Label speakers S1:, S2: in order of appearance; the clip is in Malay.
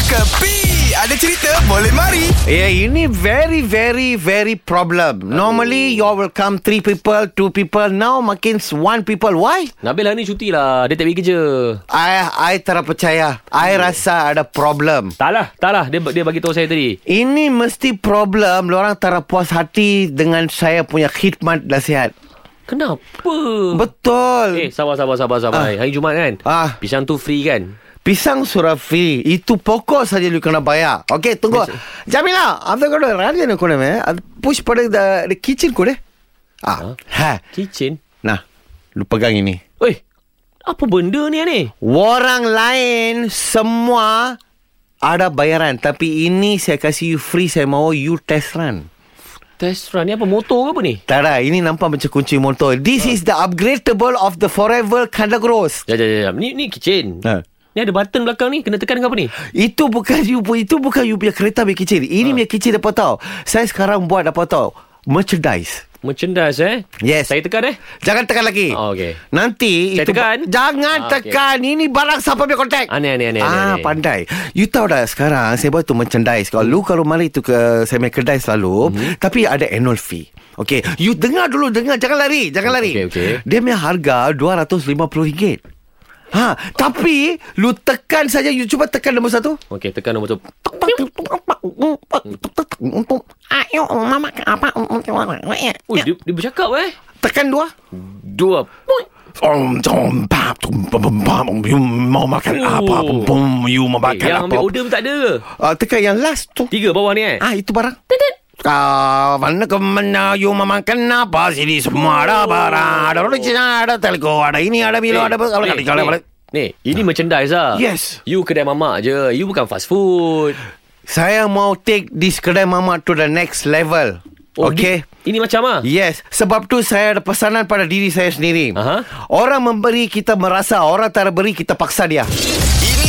S1: Kepi Ada cerita boleh mari
S2: Ya, yeah, ini very, very, very problem. Normally, you all will come three people, two people. Now, makin one people. Why?
S3: Nabil hari ni cuti lah Dia tak pergi kerja
S2: I, I terpercaya. I rasa ada problem.
S3: Tak lah Tak lah Dia, dia bagi tahu saya tadi
S2: Ini mesti problem. Lorang tak puas hati dengan saya punya khidmat nasihat.
S3: Kenapa Eh
S2: Betul.
S3: sabar sabar sabar sabar Hari Jumaat kan
S2: Ah.
S3: Pisang tu free kan
S2: Pisang surafi. Itu pokok saja you kena bayar. Okay, tunggu. Jamila, after kau dah rajin kau dah push pada the, the kitchen kau deh. Ah, ha.
S3: Kitchen
S2: Nah, lu pegang ini.
S3: Oi Apa benda ni ni
S2: Orang lain semua ada bayaran tapi ini saya kasih you free saya mau you test run.
S3: Test run ni apa motor ke apa ni
S2: Tak ada, ini nampak macam kunci motor. This is the upgradable of the forever Kanda Gross.
S3: Jap jap jap, jap Ni, ni kitchen
S2: Ha.
S3: Ni ada button belakang ni Kena tekan ke apa ni
S2: Itu bukan you pu- itu bukan you punya kereta punya kecil. Ini
S3: Ah.
S2: punya kecil dapat tahu. Saya sekarang buat dapat tahu merchandise.
S3: Merchandise eh
S2: Yes.
S3: Saya tekan eh
S2: Jangan tekan lagi.
S3: Oh, okey.
S2: Nanti
S3: Saya
S2: itu
S3: tekan?
S2: jangan
S3: Ah, okey.
S2: tekan. Ini barang siapa punya kontak.
S3: Aneh aneh aneh
S2: Ah,
S3: aneh, aneh.
S2: pandai. You tahu dah sekarang saya buat tu merchandise. Kalau lu kalau mari tu ke saya punya kedai selalu,
S3: Mhm.
S2: mm-hmm. tapi ada annual fee. Okay, you dengar dulu, dengar. Jangan lari, jangan lari.
S3: Okey, okey.
S2: Dia punya harga RM250. Ha, tapi lu tekan saja, you cuba tekan nombor satu.
S3: Okey tekan nombor tu
S4: Ayo, mama ke apa?
S3: Ui
S2: Ya.
S3: dia, dia bercakap eh
S2: Tekan dua.
S3: Dua
S2: Om, jom, pam, tum, pam, pam, pam. You mau makan apa? Pum, pum. You mau
S3: eh,
S2: makan
S3: Oh. Yang
S2: apa?
S3: ambil order pun tak ada ke
S2: Ah, tekan yang last tu.
S3: Tiga bawah ni eh
S2: Ah itu barang. Ah, mana ke mana you memakan apa sini semua ada barang ada original ada telco ada ini ada
S3: lah,
S2: bilo ada apa kali kali kali.
S3: Ni, ini merchandise lah.
S2: Yes.
S3: You kedai mamak je. You bukan fast food.
S2: Saya mau take this kedai mamak to the next level. okay.
S3: Di, Oh, ini macam ah.
S2: Yes, sebab tu saya ada pesanan pada diri saya sendiri.
S3: Aha.
S2: Orang memberi kita merasa, orang tak beri kita paksa dia.
S1: Ini